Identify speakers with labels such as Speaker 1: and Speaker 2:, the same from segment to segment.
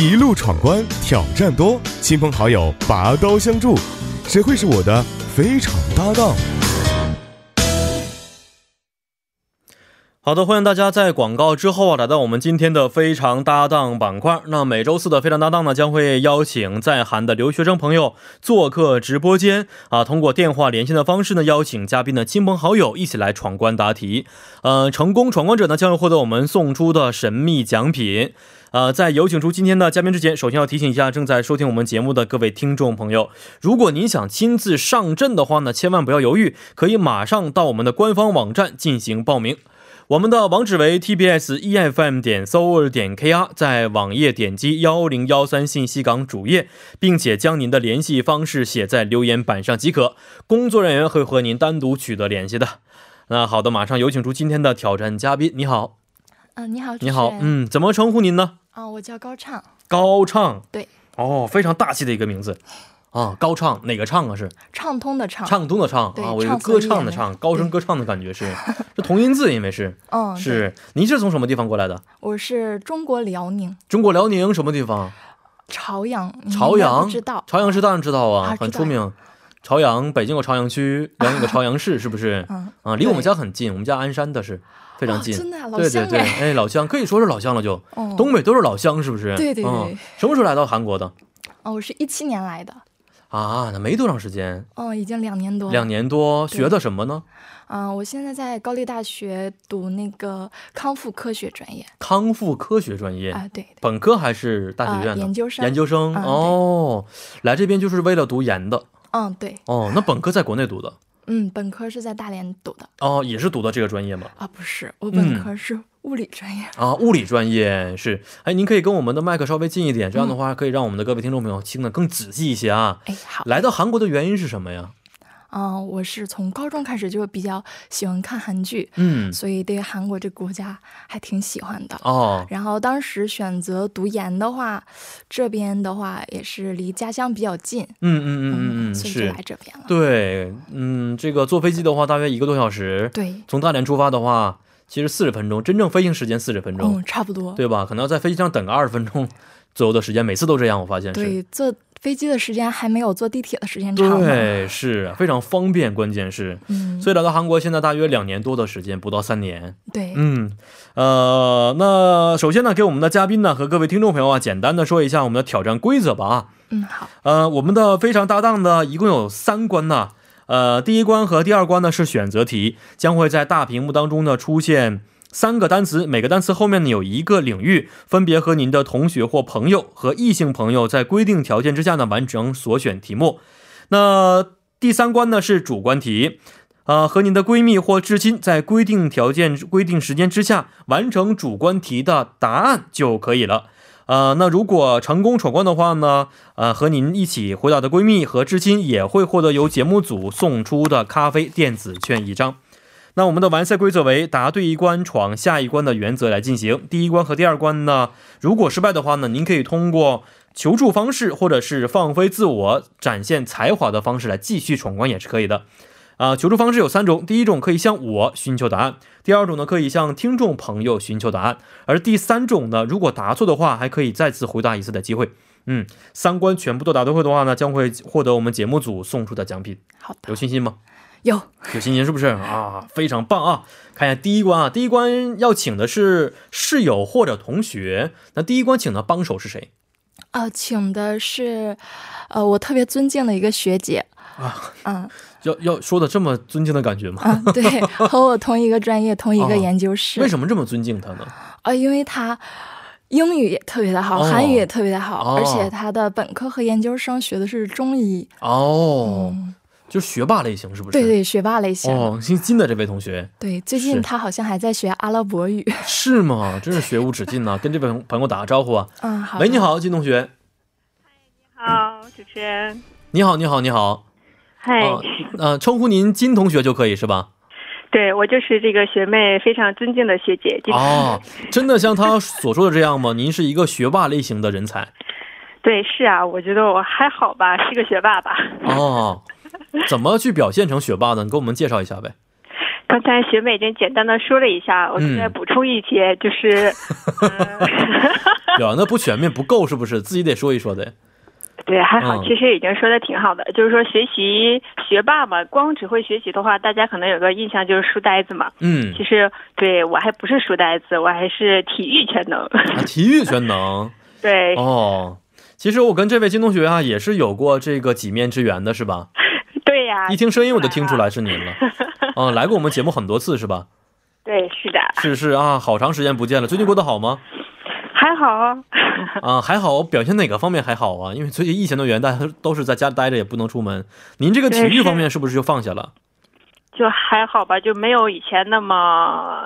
Speaker 1: 一路闯关，挑战多，亲朋好友拔刀相助，谁会是我的非常搭档？
Speaker 2: 好的，欢迎大家在广告之后啊，来到我们今天的非常搭档板块。那每周四的非常搭档呢，将会邀请在韩的留学生朋友做客直播间啊，通过电话连线的方式呢，邀请嘉宾的亲朋好友一起来闯关答题。呃，成功闯关者呢，将会获得我们送出的神秘奖品。呃，在有请出今天的嘉宾之前，首先要提醒一下正在收听我们节目的各位听众朋友，如果您想亲自上阵的话呢，千万不要犹豫，可以马上到我们的官方网站进行报名。我们的网址为 tbs efm E 点 s o u r 点 kr，在网页点击幺零幺三信息港主页，并且将您的联系方式写在留言板上即可，工作人员会和您单独取得联系的。那好的，马上有请出今天的挑战嘉宾。你好，
Speaker 3: 嗯、你好，
Speaker 2: 你好，
Speaker 3: 嗯，
Speaker 2: 嗯，怎么称呼您呢？
Speaker 3: 啊、我叫高畅，
Speaker 2: 高唱，
Speaker 3: 对，
Speaker 2: 哦，非常大气的一个名字啊，高唱哪个唱啊？是
Speaker 3: 畅通的畅，
Speaker 2: 唱东的唱
Speaker 3: 对
Speaker 2: 啊，我以为
Speaker 3: 畅
Speaker 2: 歌
Speaker 3: 所欲
Speaker 2: 唱的
Speaker 3: 言
Speaker 2: 唱，高声歌唱的感觉是，是同音字，因为是
Speaker 3: 嗯，对，
Speaker 2: 是。您是从什么地方过来的？
Speaker 3: 我是中国辽宁
Speaker 2: 中国辽宁什么地方？
Speaker 3: 朝阳，你嗯应
Speaker 2: 朝
Speaker 3: 该
Speaker 2: 阳
Speaker 3: 不知道，
Speaker 2: 朝阳市当然知道啊，
Speaker 3: 啊
Speaker 2: 很
Speaker 3: 知
Speaker 2: 出
Speaker 3: 道
Speaker 2: 名。朝阳，北京有朝阳区，辽宁有朝阳 市，是不是？
Speaker 3: 嗯，
Speaker 2: 啊，离我们
Speaker 3: 对
Speaker 2: 家很近，我们家鞍山的是非常
Speaker 3: 哦
Speaker 2: 近。
Speaker 3: 真的啊老
Speaker 2: 对
Speaker 3: 乡
Speaker 2: 对对，
Speaker 3: 哎
Speaker 2: 哎，老乡可以说是老乡了就，
Speaker 3: 哦，
Speaker 2: 东北都是老乡，是不是？
Speaker 3: 对对对
Speaker 2: 嗯什么时候来到韩国的？
Speaker 3: 哦，我是一七年来的，
Speaker 2: 啊，那没多长时间，
Speaker 3: 嗯，已经两年多了，
Speaker 2: 两年多，
Speaker 3: 对
Speaker 2: 学的什么呢？
Speaker 3: 啊、我现在在高丽大学读那个康复科学专业，
Speaker 2: 康复科学专业，
Speaker 3: 啊、对对，
Speaker 2: 本科还是大学
Speaker 3: 啊
Speaker 2: 院的？
Speaker 3: 研究生
Speaker 2: 研究生、
Speaker 3: 嗯对
Speaker 2: 哦，来这边就是为了读研的
Speaker 3: 嗯，对，
Speaker 2: 哦。那本科在国内读的
Speaker 3: 嗯，本科是在大连读的，
Speaker 2: 哦，也是读的这个专业吗？
Speaker 3: 啊，不是，我
Speaker 2: 嗯
Speaker 3: 本科是物理专业，
Speaker 2: 啊，物理专业是，哎，您可以跟我们的麦克稍微近一点，这样的话可以让我们的各位听众朋友听得更仔细一些啊。
Speaker 3: 哎，好，
Speaker 2: 来到韩国的原因是什么呀？
Speaker 3: 嗯、我是从高中开始就比较喜欢看韩剧，
Speaker 2: 嗯，
Speaker 3: 所以对韩国这国家还挺喜欢的。
Speaker 2: 哦，
Speaker 3: 然后当时选择读研的话，这边的话也是离家乡比较近，
Speaker 2: 嗯嗯嗯嗯嗯，
Speaker 3: 所以就是来，这边了。
Speaker 2: 对，嗯，这个坐飞机的话大约一个多小时，
Speaker 3: 对，
Speaker 2: 从大连出发的话，其实四十分钟，真正飞行时间四十分钟，
Speaker 3: 嗯，差不多。
Speaker 2: 对吧？可能要在飞机上等个二十分钟左右的时间，每次都这样，我发现是。
Speaker 3: 对，坐飞机的时间还没有坐地铁的时间长呢。
Speaker 2: 对，是啊非常方便，关键是，
Speaker 3: 嗯，
Speaker 2: 所以来到韩国现在大约两年多的时间，不到三年。
Speaker 3: 对，
Speaker 2: 嗯，呃，那首先呢，给我们的嘉宾呢和各位听众朋友啊，简单的说一下我们的挑战规则吧啊。
Speaker 3: 嗯，好，
Speaker 2: 呃，我们的非常搭档呢，一共有三关呢。呃，第一关和第二关呢是选择题，将会在大屏幕当中呢出现三个单词，每个单词后面呢有一个领域，分别和您的同学或朋友和异性朋友在规定条件之下呢完成所选题目。那第三关呢是主观题。呃，和您的闺蜜或至亲在规定条件、规定时间之下完成主观题的答案就可以了。呃，那如果成功闯关的话呢，呃，和您一起回答的闺蜜和至亲也会获得由节目组送出的咖啡电子券一张。那我们的完赛规则为答对一关闯下一关的原则来进行。第一关和第二关呢，如果失败的话呢，您可以通过求助方式或者是放飞自我、展现才华的方式来继续闯关也是可以的。啊、求助方式有三种，第一种可以向我寻求答案，第二种呢可以向听众朋友寻求答案，而第三种呢，如果答错的话，还可以再次回答一次的机会。嗯，三关全部都答对会的话呢，将会获得我们节目组送出的奖品。
Speaker 3: 好的
Speaker 2: 有，信心吗？
Speaker 3: 有，
Speaker 2: 有信心是不是啊？非常棒啊！看一下第一关啊，第一关要请的是室友或者同学。那第一关请的帮手是谁
Speaker 3: 呃，请的是，呃，我特别尊敬的一个学姐，
Speaker 2: 啊？
Speaker 3: 嗯，
Speaker 2: 要要说的这么尊敬的感觉吗？
Speaker 3: 啊， 对，和我同一个专业，同一
Speaker 2: 哦
Speaker 3: 个研究室。
Speaker 2: 为什么这么尊敬他呢？
Speaker 3: 啊，因为他英语也特别的好，
Speaker 2: 哦
Speaker 3: 韩语也特别的好，
Speaker 2: 哦
Speaker 3: 而且他的本科和研究生学的是中医，
Speaker 2: 哦，就是学霸类型是不是？
Speaker 3: 对嗯对，学霸类型。
Speaker 2: 哦，姓金的这位同学
Speaker 3: 对，最
Speaker 2: 是
Speaker 3: 近他好像还在学阿拉伯语。
Speaker 2: 是吗？真是学无止境 呐、跟这位朋友打个招呼啊！
Speaker 3: 嗯，好。
Speaker 2: 喂，你。好，金同学，
Speaker 4: 好，主持人，
Speaker 2: 你好，你好，你好。
Speaker 4: 嗨、
Speaker 2: 哦呃，称呼您金同学就可以是吧？
Speaker 4: 对我就是这个学妹非常尊敬的学姐，就是
Speaker 2: 哦，真的像他所说的这样吗？您是一个学霸类型的人才
Speaker 4: 对，是啊，我觉得我还好吧，是个学霸吧。
Speaker 2: 哦。怎么去表现成学霸呢？你给我们介绍一下呗。
Speaker 4: 刚才学妹已经简单的说了一下，我
Speaker 2: 嗯
Speaker 4: 再补充一些，就是，嗯、
Speaker 2: 表扬的不全面不够，是不是？自己得说一说的。
Speaker 4: 对，还好
Speaker 2: 嗯，
Speaker 4: 其实已经说的挺好的。就是说，学习学霸嘛，光只会学习的话，大家可能有个印象就是书呆子嘛。
Speaker 2: 嗯，
Speaker 4: 其实对我还不是书呆子，我还是体育全能。
Speaker 2: 啊，体育全能
Speaker 4: 对，
Speaker 2: 哦。其实我跟这位金同学啊，也是有过这个几面之缘的，是吧？
Speaker 4: 对呀、
Speaker 2: 一听声音我就听出来是您了。啊，来过我们节目很多次，是吧？
Speaker 4: 对，是的，
Speaker 2: 是是啊，好长时间不见了，最近过得好吗？
Speaker 4: 还好啊。
Speaker 2: 啊，还好，表现哪个方面还好啊？因为最近疫情的原因，大家 都都是在家待着，也不能出门。您这个体育方面是不是就放下了？
Speaker 4: 就还好吧，就没有以前那么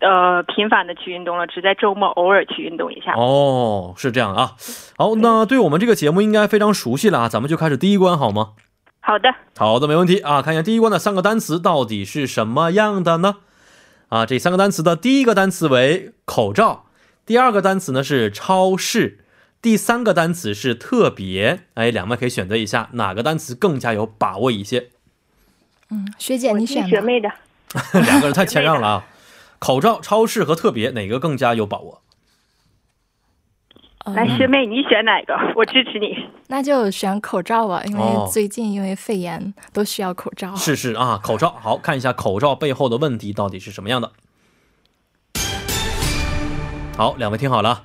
Speaker 4: 呃频繁的去运动了，只在周末偶尔去运动一下。
Speaker 2: 哦，是这样啊。好，那对我们这个节目应该非常熟悉了啊，咱们就开始第一关好吗？
Speaker 4: 好的，
Speaker 2: 好的，没问题啊。看一下第一关的三个单词到底是什么样的呢？啊，这三个单词的第一个单词为口罩，第二个单词呢是超市，第三个单词是特别。哎，两位可以选择一下哪个单词更加有把握一些。
Speaker 3: 嗯，学姐
Speaker 4: 我
Speaker 3: 你
Speaker 4: 听
Speaker 3: 选
Speaker 4: 学
Speaker 3: 吧。
Speaker 4: 妹的
Speaker 2: 两个人太谦让了啊。口罩、超市和特别哪个更加有把握？
Speaker 4: 来，
Speaker 3: 嗯，
Speaker 4: 学妹你选哪个？我支持你。
Speaker 3: 那就选口罩吧，因
Speaker 2: 哦
Speaker 3: 为最近因为肺炎都需要口罩。
Speaker 2: 是是啊，口罩。好看一下口罩背后的问题到底是什么样的。好，两位听好了啊。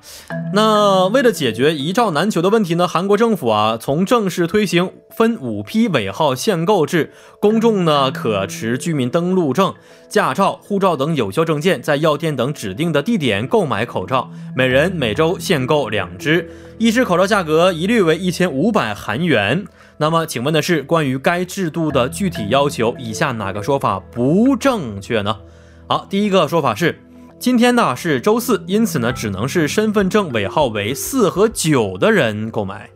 Speaker 2: 那为了解决一罩难求的问题呢，韩国政府啊，从正式推行分五批尾号限购制，公众呢可持居民登录证、驾照、护照等有效证件，在药店等指定的地点购买口罩，每人每周限购两只，一只口罩价格一律为一千五百韩元。那么，请问的是关于该制度的具体要求，以下哪个说法不正确呢？好，第一个说法是，今天呢是周四，因此呢只能是身份证尾号为四和九的人购买。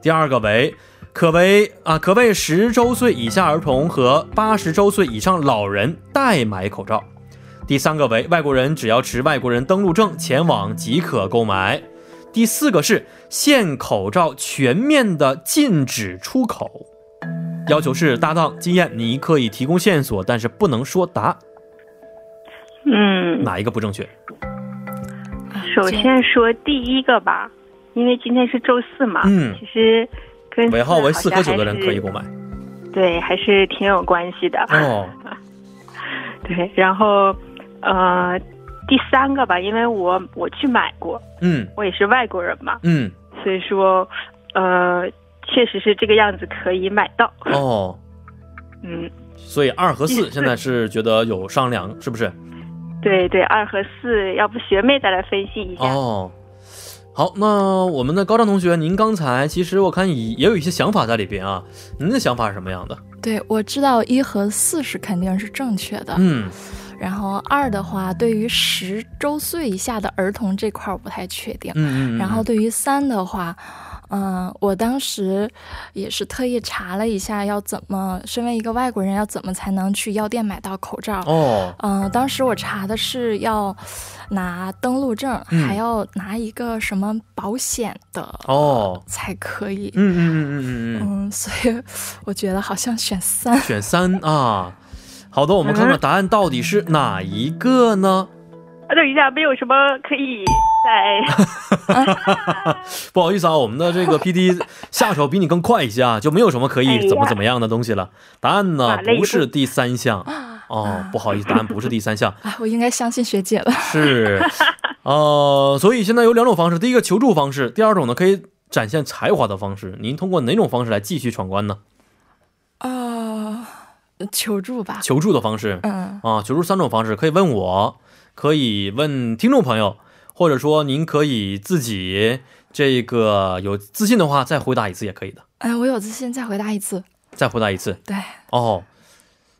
Speaker 2: 第二个为可为啊可为十周岁以下儿童和八十周岁以上老人代买口罩。第三个为外国人只要持外国人登陆证前往即可购买。第四个是限口罩全面的禁止出口，要求是搭档经验，你可以提供线索，但是不能说答案。
Speaker 4: 嗯，
Speaker 2: 哪一个不正确？
Speaker 3: 啊
Speaker 4: 首先说第一个吧，因为今天是周四嘛，
Speaker 2: 嗯
Speaker 4: 其实跟
Speaker 2: 尾号为四和九的
Speaker 4: 好
Speaker 2: 人
Speaker 4: 像
Speaker 2: 可
Speaker 4: 还
Speaker 2: 以
Speaker 4: 是
Speaker 2: 购买。
Speaker 4: 对，还是挺有关系的。
Speaker 2: 哦，
Speaker 4: 对，然后呃，第三个吧，因为我我去买过，
Speaker 2: 嗯
Speaker 4: 我也是外国人嘛，
Speaker 2: 嗯，
Speaker 4: 所以说呃，确实是这个样子可以买到。
Speaker 2: 哦，
Speaker 4: 嗯，
Speaker 2: 所以二和四
Speaker 4: 第四
Speaker 2: 现在是觉得有商量，是不是？
Speaker 4: 对对，二和四，要不学妹再来分析一下。
Speaker 2: 哦，好，那我们的高张同学，您刚才其实我看也也有一些想法在里边啊，您的想法是什么样的？
Speaker 3: 对，我知道一和四是肯定是正确的，
Speaker 2: 嗯，
Speaker 3: 然后二的话，对于十周岁以下的儿童这块儿我不太确定。
Speaker 2: 嗯嗯嗯，
Speaker 3: 然后对于三的话，嗯、我当时也是特意查了一下，要怎么身为一个外国人要怎么才能去药店买到口罩。
Speaker 2: 哦，
Speaker 3: 嗯、当时我查的是要拿登录证，
Speaker 2: 嗯
Speaker 3: 还要拿一个什么保险的
Speaker 2: 哦，
Speaker 3: 才可以。
Speaker 2: 嗯嗯嗯嗯嗯嗯，
Speaker 3: 嗯，所以我觉得好像选三。
Speaker 2: 选三啊。好的，我们看看答案到底是哪一个呢？
Speaker 4: 啊等一下，没有什么可以再
Speaker 2: 不好意思啊，我们的这个 P D 下手比你更快一些啊，就没有什么可
Speaker 4: 哎呀
Speaker 2: 以怎么怎么样的东西了。答案呢
Speaker 4: 马累一
Speaker 2: 不
Speaker 4: 步
Speaker 2: 是第三项
Speaker 4: 啊
Speaker 2: 哦，不好意思，答案不是第三 项，
Speaker 3: 啊，我应该相信 学姐了。
Speaker 2: 是呃，所以现在有两种方式，第一个求助方式，第二种呢可以展现才华的方式。您通过哪种方式来继续闯关呢？
Speaker 3: 啊、呃求助吧。
Speaker 2: 哦求助的方式
Speaker 3: 嗯，
Speaker 2: 啊，求助三种方式，可以问我，可以问听众朋友，或者说您可以自己这个有自信的话再回答一次也可以的，
Speaker 3: 哎，我有自信，再回答一次。
Speaker 2: 再回答一次。
Speaker 3: 对，
Speaker 2: 哦，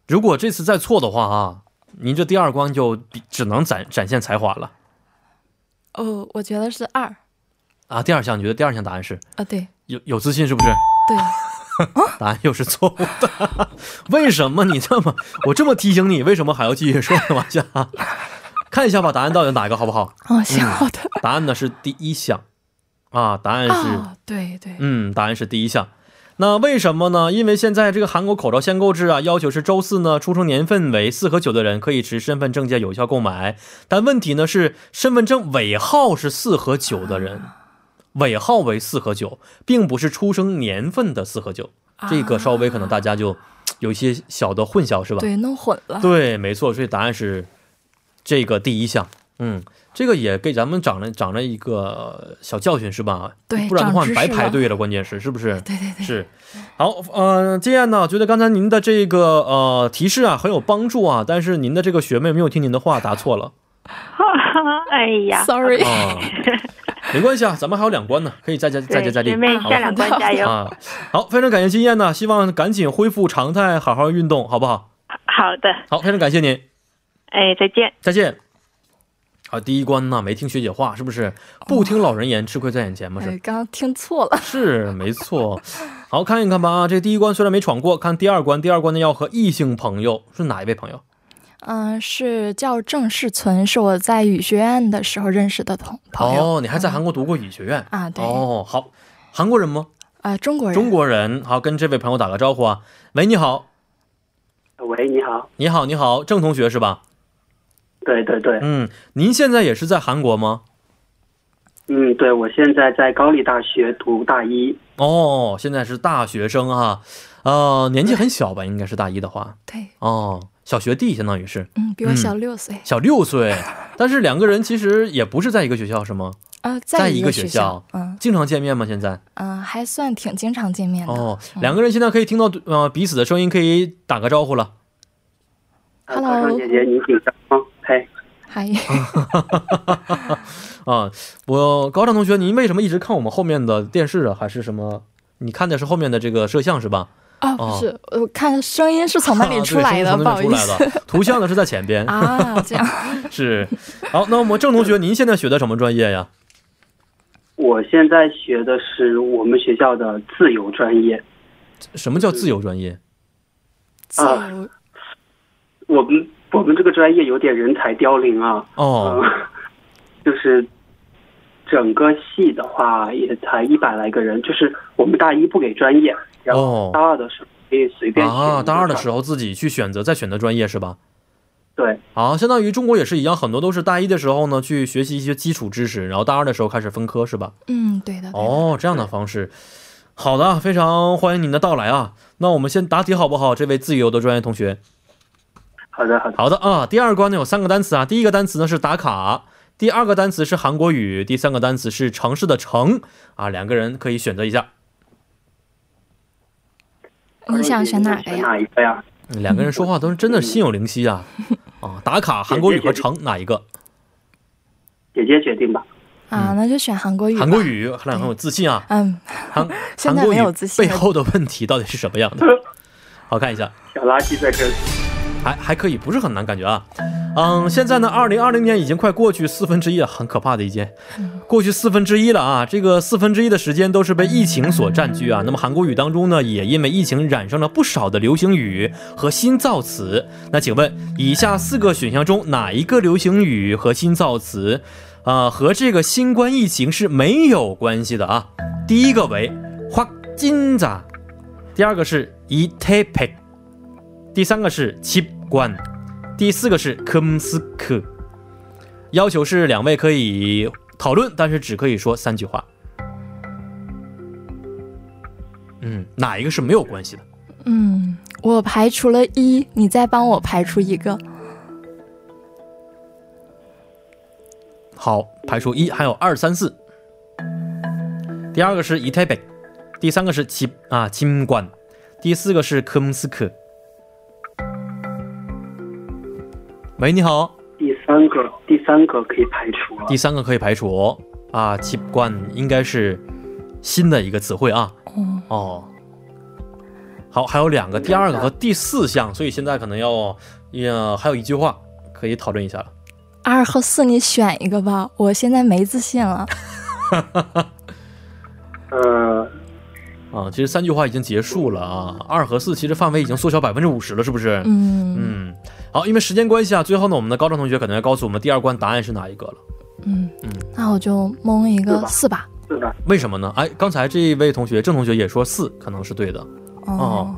Speaker 2: 如果这次再错的话啊，您这第二关就比只能展展现才华了
Speaker 3: 哦，我觉得是二
Speaker 2: 啊。第二项，你觉得第二项答案是
Speaker 3: 啊，对
Speaker 2: 有有自信是不是？
Speaker 3: 对，
Speaker 2: 答案又是错误的， 为什么你这么我这么提醒你，为什么还要继续说呢？往下看一下吧，答案到底哪个好不好？
Speaker 3: 哦，行，好的，
Speaker 2: 嗯答案呢是第一项啊，答案是、嗯
Speaker 3: 哦，对对，
Speaker 2: 嗯，答案是第一项。那为什么呢？因为现在这个韩国口罩限购制啊，要求是周四呢，出生年份为四和九的人可以持身份证件有效购买。但问题呢是，身份证尾号是四和九的人，尾号为四和九，并不是出生年份的四和九。这个稍微可能大家就有一些小的混淆，是吧？
Speaker 3: 对，弄混了。
Speaker 2: 对，没错，所以答案是这个第一项。嗯，这个也给咱们长了长了一个小教训，是吧？
Speaker 3: 对
Speaker 2: 不然的话
Speaker 3: 长知识
Speaker 2: 白排
Speaker 3: 了
Speaker 2: 队了，关键是是不是？
Speaker 3: 对对对，
Speaker 2: 是，好，呃，这样呢，觉得刚才您的这个呃提示啊很有帮助啊，但是您的这个学妹没有听您的话，答错了
Speaker 4: 哎呀
Speaker 3: s，o r r y
Speaker 2: 啊，没关系啊，咱们还有两关呢，可以再加再接
Speaker 4: 对
Speaker 2: 再厉
Speaker 4: 学，妹
Speaker 2: 好
Speaker 4: 下
Speaker 2: 吧？
Speaker 4: 两关加油！
Speaker 2: 啊，好，非常感谢经验呢，希望赶紧恢复常态，好好运动，好不好？
Speaker 4: 好的，
Speaker 2: 好，非常感谢您，
Speaker 4: 哎，再见。
Speaker 2: 再见。好，第一关呢，没听学姐话，是不是？不听老人言，吃亏在眼前嘛，哦是
Speaker 3: 哦哎，刚刚听错了。
Speaker 2: 是，没错。好看一看吧啊，这第一关虽然没闯过，看第二关。第二关呢要和异性朋友是哪一位朋友？
Speaker 3: 嗯、是叫郑世存，是我在语学院的时候认识的同朋友。嗯
Speaker 2: 哦，你还在韩国读过语学院？
Speaker 3: 啊，对，啊、
Speaker 2: 哦，好，韩国人吗？
Speaker 3: 呃中国人，
Speaker 2: 中国人。好，跟这位朋友打个招呼啊。喂，你好，
Speaker 5: 喂，你好，
Speaker 2: 你好，你好，郑同学是吧？
Speaker 5: 对对对，
Speaker 2: 嗯，您现在也是在韩国吗？
Speaker 5: 嗯，对我现在在高丽大学读大一，
Speaker 2: 哦，现在是大学生啊，呃，年纪很小吧，应该是大一的话，
Speaker 3: 对，
Speaker 2: 哦，小学弟相当于是
Speaker 3: 嗯，比我
Speaker 2: 嗯
Speaker 3: 小六岁。
Speaker 2: 小六岁，但是两个人其实也不是在一个学校，是吗？
Speaker 3: 啊，
Speaker 2: 在一
Speaker 3: 一
Speaker 2: 个学
Speaker 3: 学
Speaker 2: 校
Speaker 3: 嗯
Speaker 2: 经常见面吗？现在？
Speaker 3: 嗯、还算挺经常见面的。
Speaker 2: 哦，两个人现在可以听到呃彼此的声音，可以打个招呼了。
Speaker 5: 呃
Speaker 3: Hello
Speaker 5: 高尚姐姐，你紧张吗？哦嘿，
Speaker 3: 还
Speaker 2: 啊，我高尚同学，您为什么一直看我们后面的电视啊？还是什么？你看的是后面的这个摄像是吧？
Speaker 3: 啊，
Speaker 2: 哦
Speaker 3: 不是，我看声音是从那里
Speaker 2: 啊
Speaker 3: 出来的，
Speaker 2: 对
Speaker 3: 不好
Speaker 2: 从
Speaker 3: 意
Speaker 2: 那边出
Speaker 3: 思
Speaker 2: 来 的，图像呢是在前边。
Speaker 3: 啊，这样
Speaker 2: 是，好，那我们郑同学，您现在学的什么专业呀？
Speaker 5: 我现在学的是我们学校的自由专业，
Speaker 2: 什么叫自由专业？
Speaker 3: 自由
Speaker 5: 我们我们这个专业有点人才凋零啊，嗯、
Speaker 2: 哦，
Speaker 5: 就是整个系的话也才一百来个人，就是我们大一不给专业，然后
Speaker 2: 哦
Speaker 5: 大二的时候可以随便选
Speaker 2: 啊，大二的时
Speaker 5: 候，
Speaker 2: 候自己去选择，再选择专业是吧？
Speaker 5: 对
Speaker 2: 啊，相当于中国也是一样，很多都是大一的时候呢去学习一些基础知识，然后大二的时候开始分科是吧？
Speaker 3: 嗯，对的，对的，
Speaker 2: 哦，这样的方式，好的，非常欢迎您的到来啊。那我们先答题好不好？这位自由的专业同学，
Speaker 5: 好的好的，
Speaker 2: 好的啊。第二关呢有三个单词啊，第一个单词呢是打卡，第二个单词是韩国语，第三个单词是城市的城啊。两个人可以选择一下，
Speaker 3: 你想选哪个
Speaker 5: 选
Speaker 3: 呀？
Speaker 2: 嗯
Speaker 5: 哪一个呀？
Speaker 2: 两个人说话都是真的心有灵犀啊啊！打卡、韩国语和城哪一个？
Speaker 5: 姐姐决定吧。
Speaker 3: 啊，那就选韩国语吧。
Speaker 2: 韩国语，他俩很有自信啊。
Speaker 3: 嗯，
Speaker 2: 韩
Speaker 3: 现
Speaker 2: 韩
Speaker 3: 在
Speaker 2: 国
Speaker 3: 没
Speaker 2: 语
Speaker 3: 有自信
Speaker 2: 背
Speaker 3: 了
Speaker 2: 后的问题到底是什么样的？好看一下。
Speaker 5: 小垃圾在这儿。
Speaker 2: 还还可以，不是很难感觉啊。嗯，现在呢，二零二零年已经快过去四分之一了，很可怕的一件，过去四分之一了啊。这个四分之一的时间都是被疫情所占据啊。那么韩国语当中呢，也因为疫情染上了不少的流行语和新造词。那请问，以下四个选项中哪一个流行语和新造词，啊、和这个新冠疫情是没有关系的啊？第一个为확진자，第啊二个是이태백。第三个是七关，第四个是科姆斯克。要求是两位可以讨论，但是只可以说三句话。嗯，哪一个是没有关系的？
Speaker 3: 嗯，我排除了一，你再帮我排除一个。
Speaker 2: 好，排除一，还有二三四。第二个是伊泰北，第三个是七啊金冠，第四个是科姆斯克。喂，你好。
Speaker 5: 第三个，第三个可以排除啊了
Speaker 2: 第。三个可以排除啊，器官应该是新的一个词汇啊。
Speaker 3: 嗯
Speaker 2: 哦，好，还有两个，第二个和第四项，所以现在可能要，呃，还有一句话可以讨论一下了。
Speaker 3: 二和四你选一个吧，我现在没自信了。
Speaker 5: 呃，
Speaker 2: 啊，其实三句话已经结束了啊，二和四其实范围已经缩小百分之五十了，是不是？
Speaker 3: 嗯
Speaker 2: 嗯，好，因为时间关系啊，最后呢，我们的高中同学可能要告诉我们第二关答案是哪一个了。
Speaker 3: 嗯，那我就蒙一
Speaker 5: 四
Speaker 3: 个
Speaker 5: 吧
Speaker 3: 四吧。
Speaker 5: 四的。
Speaker 2: 为什么呢？哎，刚才这一位同学郑同学也说四可能是对的，哦
Speaker 3: 哦，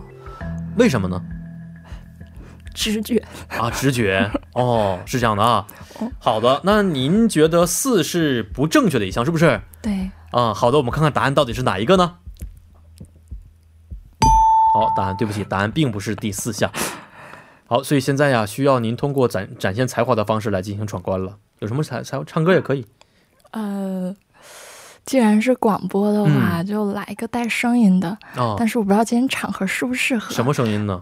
Speaker 2: 为什么呢？
Speaker 3: 直觉，
Speaker 2: 啊，直觉哦，是这样的啊。好的，那您觉得四是不正确的一项，是不是？
Speaker 3: 对，
Speaker 2: 啊，好的，我们看看答案到底是哪一个呢？好，答案对不起，答案并不是第四项。好，所以现在呀，需要您通过展展现才华的方式来进行闯关了。有什么才才唱歌也可以，
Speaker 3: 呃，既然是广播的话，
Speaker 2: 嗯
Speaker 3: 就来一个带声音的，
Speaker 2: 啊，
Speaker 3: 但是我不知道今天场合适不适合。
Speaker 2: 什么声音呢？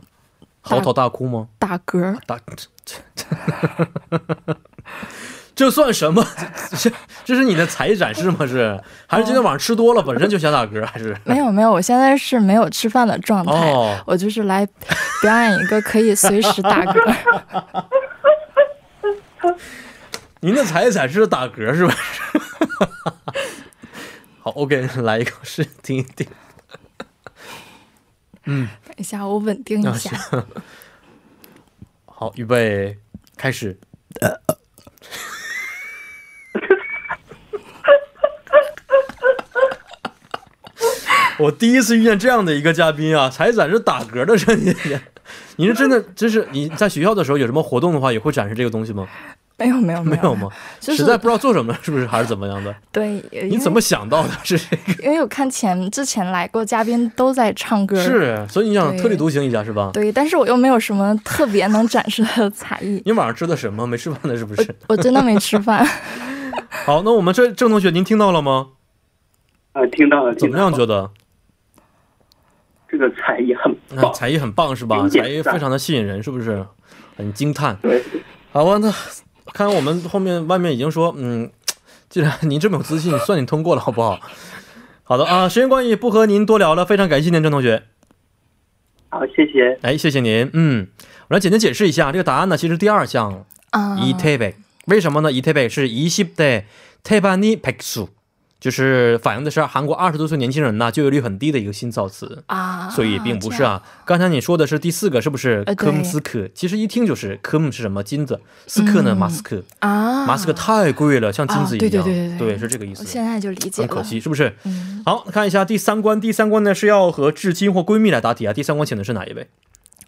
Speaker 3: 大
Speaker 2: 嚎啕大哭吗？
Speaker 3: 打嗝？
Speaker 2: 大这这 这算什么？这这这是你的才艺展示吗？是还是今天晚上吃多了，本身就想打嗝？还是
Speaker 3: 没有没有，我现在是没有吃饭的状态，
Speaker 2: 哦
Speaker 3: 我就是来表演一个可以随时 打嗝。
Speaker 2: 您的才艺展示打嗝是吧？ 好，OK，来一个试听一听。
Speaker 3: 等一下，我稳定一下。
Speaker 2: 啊好，预备，开始。 我第一次遇见这样的一个嘉宾啊，才展示打嗝的声音。 你是真的，真是你在学校的时候有什么活动的话，也会展示这个东西吗？
Speaker 3: 没有没有
Speaker 2: 没
Speaker 3: 没
Speaker 2: 有吗？
Speaker 3: 就是
Speaker 2: 实在不知道做什么，是不是还是怎么样的？
Speaker 3: 对，
Speaker 2: 你怎么想到的？是这个？
Speaker 3: 因为？因为我看前之前来过嘉宾都在唱歌，
Speaker 2: 是，啊所以你想
Speaker 3: 对
Speaker 2: 特立独行一下是吧？，
Speaker 3: 对，但是我又没有什么特别能展示的才艺
Speaker 2: 你晚上吃的什么？没吃饭的是不是？
Speaker 3: 我真的没吃饭。
Speaker 2: 好，那我们这郑同学，您听到了吗？
Speaker 5: 呃，听到了，
Speaker 2: 怎么样
Speaker 5: 听到
Speaker 2: 觉
Speaker 5: 了
Speaker 2: 得？
Speaker 5: 这个才艺很
Speaker 2: 那
Speaker 5: 棒？
Speaker 2: 嗯才艺很棒是吧？
Speaker 5: 经典
Speaker 2: 才艺非常的吸引人，是不是？很惊叹。
Speaker 5: 对，
Speaker 2: 好吧，
Speaker 5: 啊
Speaker 2: 那看我们后面外面已经说，嗯，既然您这么有自信，算你通过了，好不好？ 好的啊，时间关系不和您多聊了，非常感谢您，郑同学。
Speaker 5: 好，谢谢。
Speaker 2: 哎，谢谢您。嗯，我来简单解释一下这个答案呢，其实第二项
Speaker 3: 啊、
Speaker 2: 이태백为什么呢？이태백是一0代태반이백수，就是反映的是啊韩国二十多岁年轻人呐、就业率很低的一个新造词。
Speaker 3: 啊，
Speaker 2: 所以并不是
Speaker 3: 这样，
Speaker 2: 啊。刚才你说的是第四个，是不是
Speaker 3: 呃对
Speaker 2: ？cum 斯克，其实一听就是 cum 是什么金子，斯克呢
Speaker 3: 嗯
Speaker 2: 马斯克，
Speaker 3: 啊，
Speaker 2: 马斯克太贵了，像金子一样，
Speaker 3: 啊对对对对对
Speaker 2: 是这个意思
Speaker 3: 我。现在就理解
Speaker 2: 很
Speaker 3: 了，
Speaker 2: 可惜，是不是？
Speaker 3: 嗯，
Speaker 2: 好，看一下第三关，第三关呢是要和至亲或闺蜜来答题啊。第三关请的是哪一位？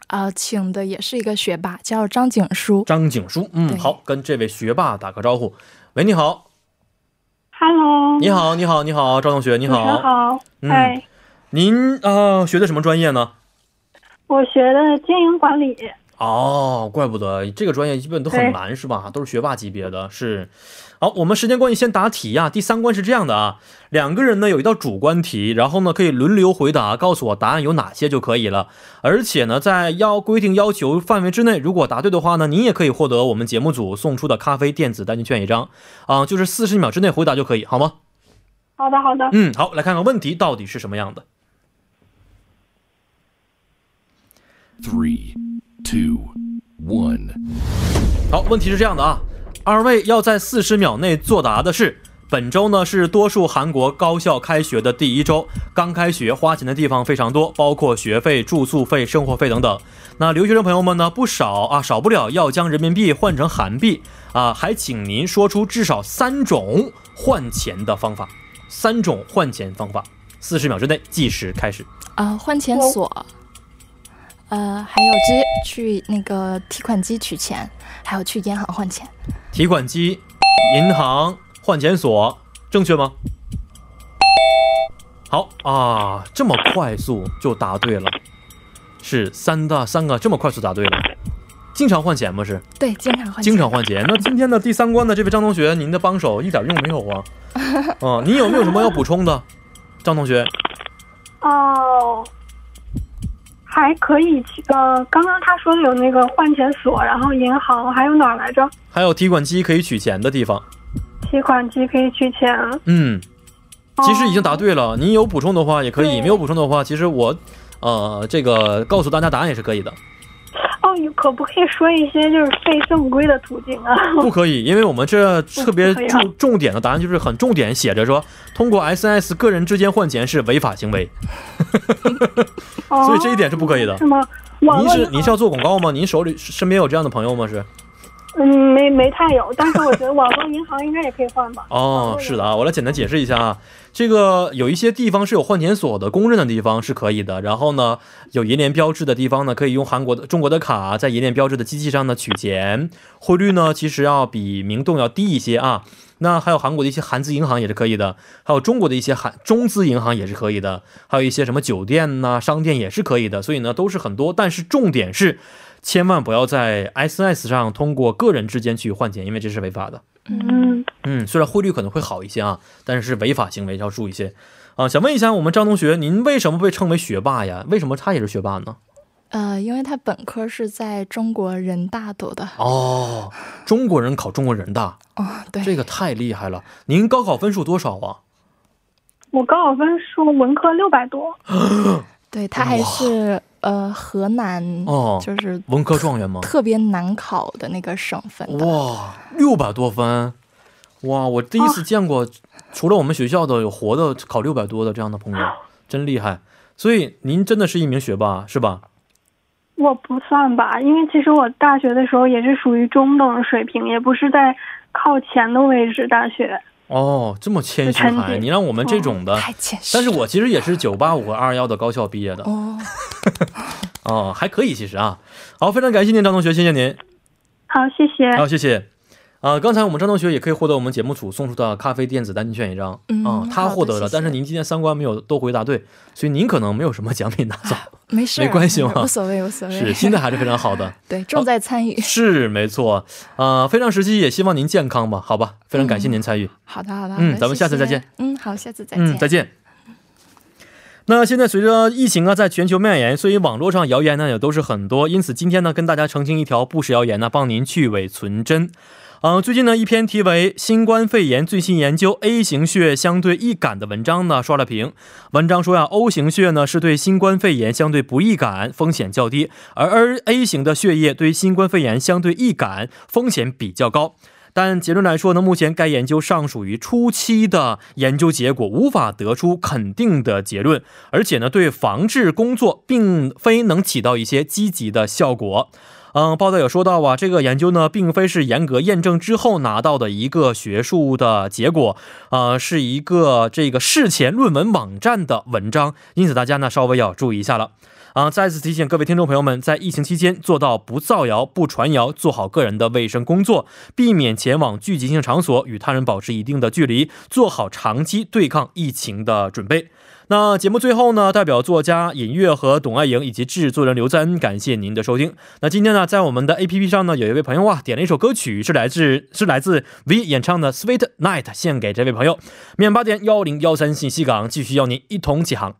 Speaker 3: 啊、请的也是一个学霸，叫张景书。
Speaker 2: 张景书。嗯，
Speaker 3: 对
Speaker 2: 好，跟这位学霸打个招呼。喂，你好，
Speaker 4: Hello，
Speaker 2: 你好，你好，你好，张同学，你
Speaker 4: 主持人
Speaker 2: 好。
Speaker 4: 好，哎
Speaker 2: 嗯
Speaker 4: 嗨、
Speaker 2: 您啊、呃学的什么专业呢？
Speaker 4: 我学的经营管理，
Speaker 2: 哦，怪不得这个专业基本都很
Speaker 4: 对
Speaker 2: 难，是吧？都是学霸级别的，是。好，我们时间关系先答题呀、第三关是这样的啊，两个人呢有一道主观题，然后呢可以轮流回答，告诉我答案有哪些就可以了。而且呢，在要规定要求范围之内，如果答对的话呢，您也可以获得我们节目组送出的咖啡电子代金券一张啊、就是四十秒之内回答就可以，好吗？
Speaker 4: 好的好的，
Speaker 2: 嗯，好，来看看问题到底是什么样的。
Speaker 6: three, two, one.
Speaker 2: 好，问题是这样的啊，二位要在四十秒内作答的是，本周呢是多数韩国高校开学的第一周，刚开学花钱的地方非常多，包括学费、住宿费、生活费等等。那留学生朋友们呢，不少啊，少不了要将人民币换成韩币啊，还请您说出至少三种换钱的方法，三种换钱方法，四十秒之内计时开始。
Speaker 3: 啊、换钱所，呃，还有直接去那个提款机取钱，还有去银行换钱，
Speaker 2: 提款机、银行、换钱所，正确吗？好啊，这么快速就答对了，是三大三个这么快速答对了。经常换钱吗？是
Speaker 3: 对，经常换钱，
Speaker 2: 经常换钱。那今天的第三关的这位张同学，您的帮手一点用没有啊？啊，您有没有什么要补充的，张同学？
Speaker 4: 哦，还可以去，呃，刚刚他说的有那个换钱所，然后银行，还有哪儿来着？
Speaker 2: 还有提款机可以取钱的地方，
Speaker 4: 提款机可以取钱。
Speaker 2: 嗯，其实已经
Speaker 4: 哦
Speaker 2: 答对了。您有补充的话也可以，
Speaker 4: 对
Speaker 2: 没有补充的话，其实我，呃，这个告诉大家答案也是可以的。
Speaker 4: 哦，你可不可以说一些就是非正规的途径啊？
Speaker 2: 不可以，因为我们这特别
Speaker 4: 不可以啊
Speaker 2: 注重点的答案就是很重点写着说，通过 SNS 个人之间换钱是违法行为，
Speaker 4: 哦、
Speaker 2: 所以这一点是不可以的
Speaker 4: 是。吗？网
Speaker 2: 您
Speaker 4: 络
Speaker 2: 是
Speaker 4: 银
Speaker 2: 您是要做广告吗？您手里身边有这样的朋友吗？是。
Speaker 4: 嗯，没没太有，但是我觉得网络银行应该也可以换吧
Speaker 2: 哦，是的啊，我来简单解释一下啊，这个有一些地方是有换钱所的，公认的地方是可以的。然后呢，有银联标志的地方呢，可以用韩国的中国的卡在银联标志的机器上呢取钱，汇率呢其实要比明洞要低一些啊。那还有韩国的一些韩资银行也是可以的，还有中国的一些韩中资银行也是可以的，还有一些什么酒店呐、商店也是可以的。所以呢，都是很多，但是重点是。千万不要在 S S 上通过个人之间去换钱，因为这是违法的。
Speaker 4: 嗯，
Speaker 2: 嗯，虽然汇率可能会好一些啊，但是是违法行为要注意一些啊。想问一下我们张同学，您为什么被称为学霸呀？为什么他也是学霸呢？
Speaker 3: 呃，因为他本科是在中国人大读的，
Speaker 2: 哦，中国人考中国人大，
Speaker 3: 哦，对，
Speaker 2: 这个太厉害了。您高考分数多少啊？
Speaker 4: 我高考分数文科六百多，
Speaker 3: 对他还是呃河南，
Speaker 2: 哦
Speaker 3: 就是
Speaker 2: 文科状元吗？
Speaker 3: 特别难考的那个省份的。
Speaker 2: 哇，六百多分，哇！我第一次见过，除了我们学校的有活的考六百多的这样的朋友，真厉害。所以您真的是一名学霸是吧？
Speaker 4: 我不算吧，因为其实我大学的时候也是属于中等水平，也不是在靠前的位置。大学
Speaker 2: 哦，这么谦虚
Speaker 4: 成绩
Speaker 2: 还你让我们这种的。
Speaker 3: 太谦虚
Speaker 2: 但
Speaker 3: 了。
Speaker 2: 是我其实也是九八五和二幺的高校毕业的
Speaker 3: 哦，
Speaker 2: 哦，还可以其实啊。好，非常感谢您张同学，谢谢您，
Speaker 4: 好，谢谢。
Speaker 3: 哎
Speaker 2: 好、谢谢。啊、刚才我们张同学也可以获得我们节目组送出的咖啡电子单金券一张，啊、
Speaker 3: 嗯
Speaker 2: 他
Speaker 3: 好的
Speaker 2: 获得了，
Speaker 3: 谢谢
Speaker 2: 但是您今天三关没有都回答对，所以您可能没有什么奖品 拿走，
Speaker 3: 没事儿，
Speaker 2: 没关系嘛
Speaker 3: 没事儿 无所谓，无所谓。
Speaker 2: 是心态还是非常好的，
Speaker 3: 对，重在参与。
Speaker 2: 是没错，啊、非常时期也希望您健康吧，好吧，非常感谢您参与，
Speaker 3: 好的，好的，好的
Speaker 2: 嗯咱们下次再
Speaker 3: 谢谢
Speaker 2: 见。
Speaker 3: 嗯，好，下次再见。
Speaker 2: 嗯，再见。那现在随着疫情啊在全球蔓延，所以网络上谣言呢也都是很多。因此今天呢跟大家澄清一条不实谣言呢，帮您去伪存真。嗯、最近呢一篇题为《新冠肺炎最新研究 A 型血相对易感》的文章呢刷了屏。文章说呀、o 型血呢是对新冠肺炎相对不易感，风险较低；而 R A 型的血液对新冠肺炎相对易感，风险比较高。但结论来说呢，目前该研究尚属于初期的研究结果，无法得出肯定的结论，而且呢，对防治工作并非能起到一些积极的效果。嗯，报道有说到啊，这个研究呢，并非是严格验证之后拿到的一个学术的结果，呃，是一个这个事前论文网站的文章，因此大家呢稍微要注意一下了。啊、再次提醒各位听众朋友们，在疫情期间做到不造谣、不传谣，做好个人的卫生工作，避免前往聚集性场所，与他人保持一定的距离，做好长期对抗疫情的准备。那节目最后呢，代表作家尹月和董爱莹以及制作人刘在恩，感谢您的收听。那今天呢，在我们的 A P P 上呢，有一位朋友啊，点了一首歌曲，是来自是来自 V 演唱的《Sweet Night》，献给这位朋友。面八点幺零幺三信息港，继续邀您一同起航。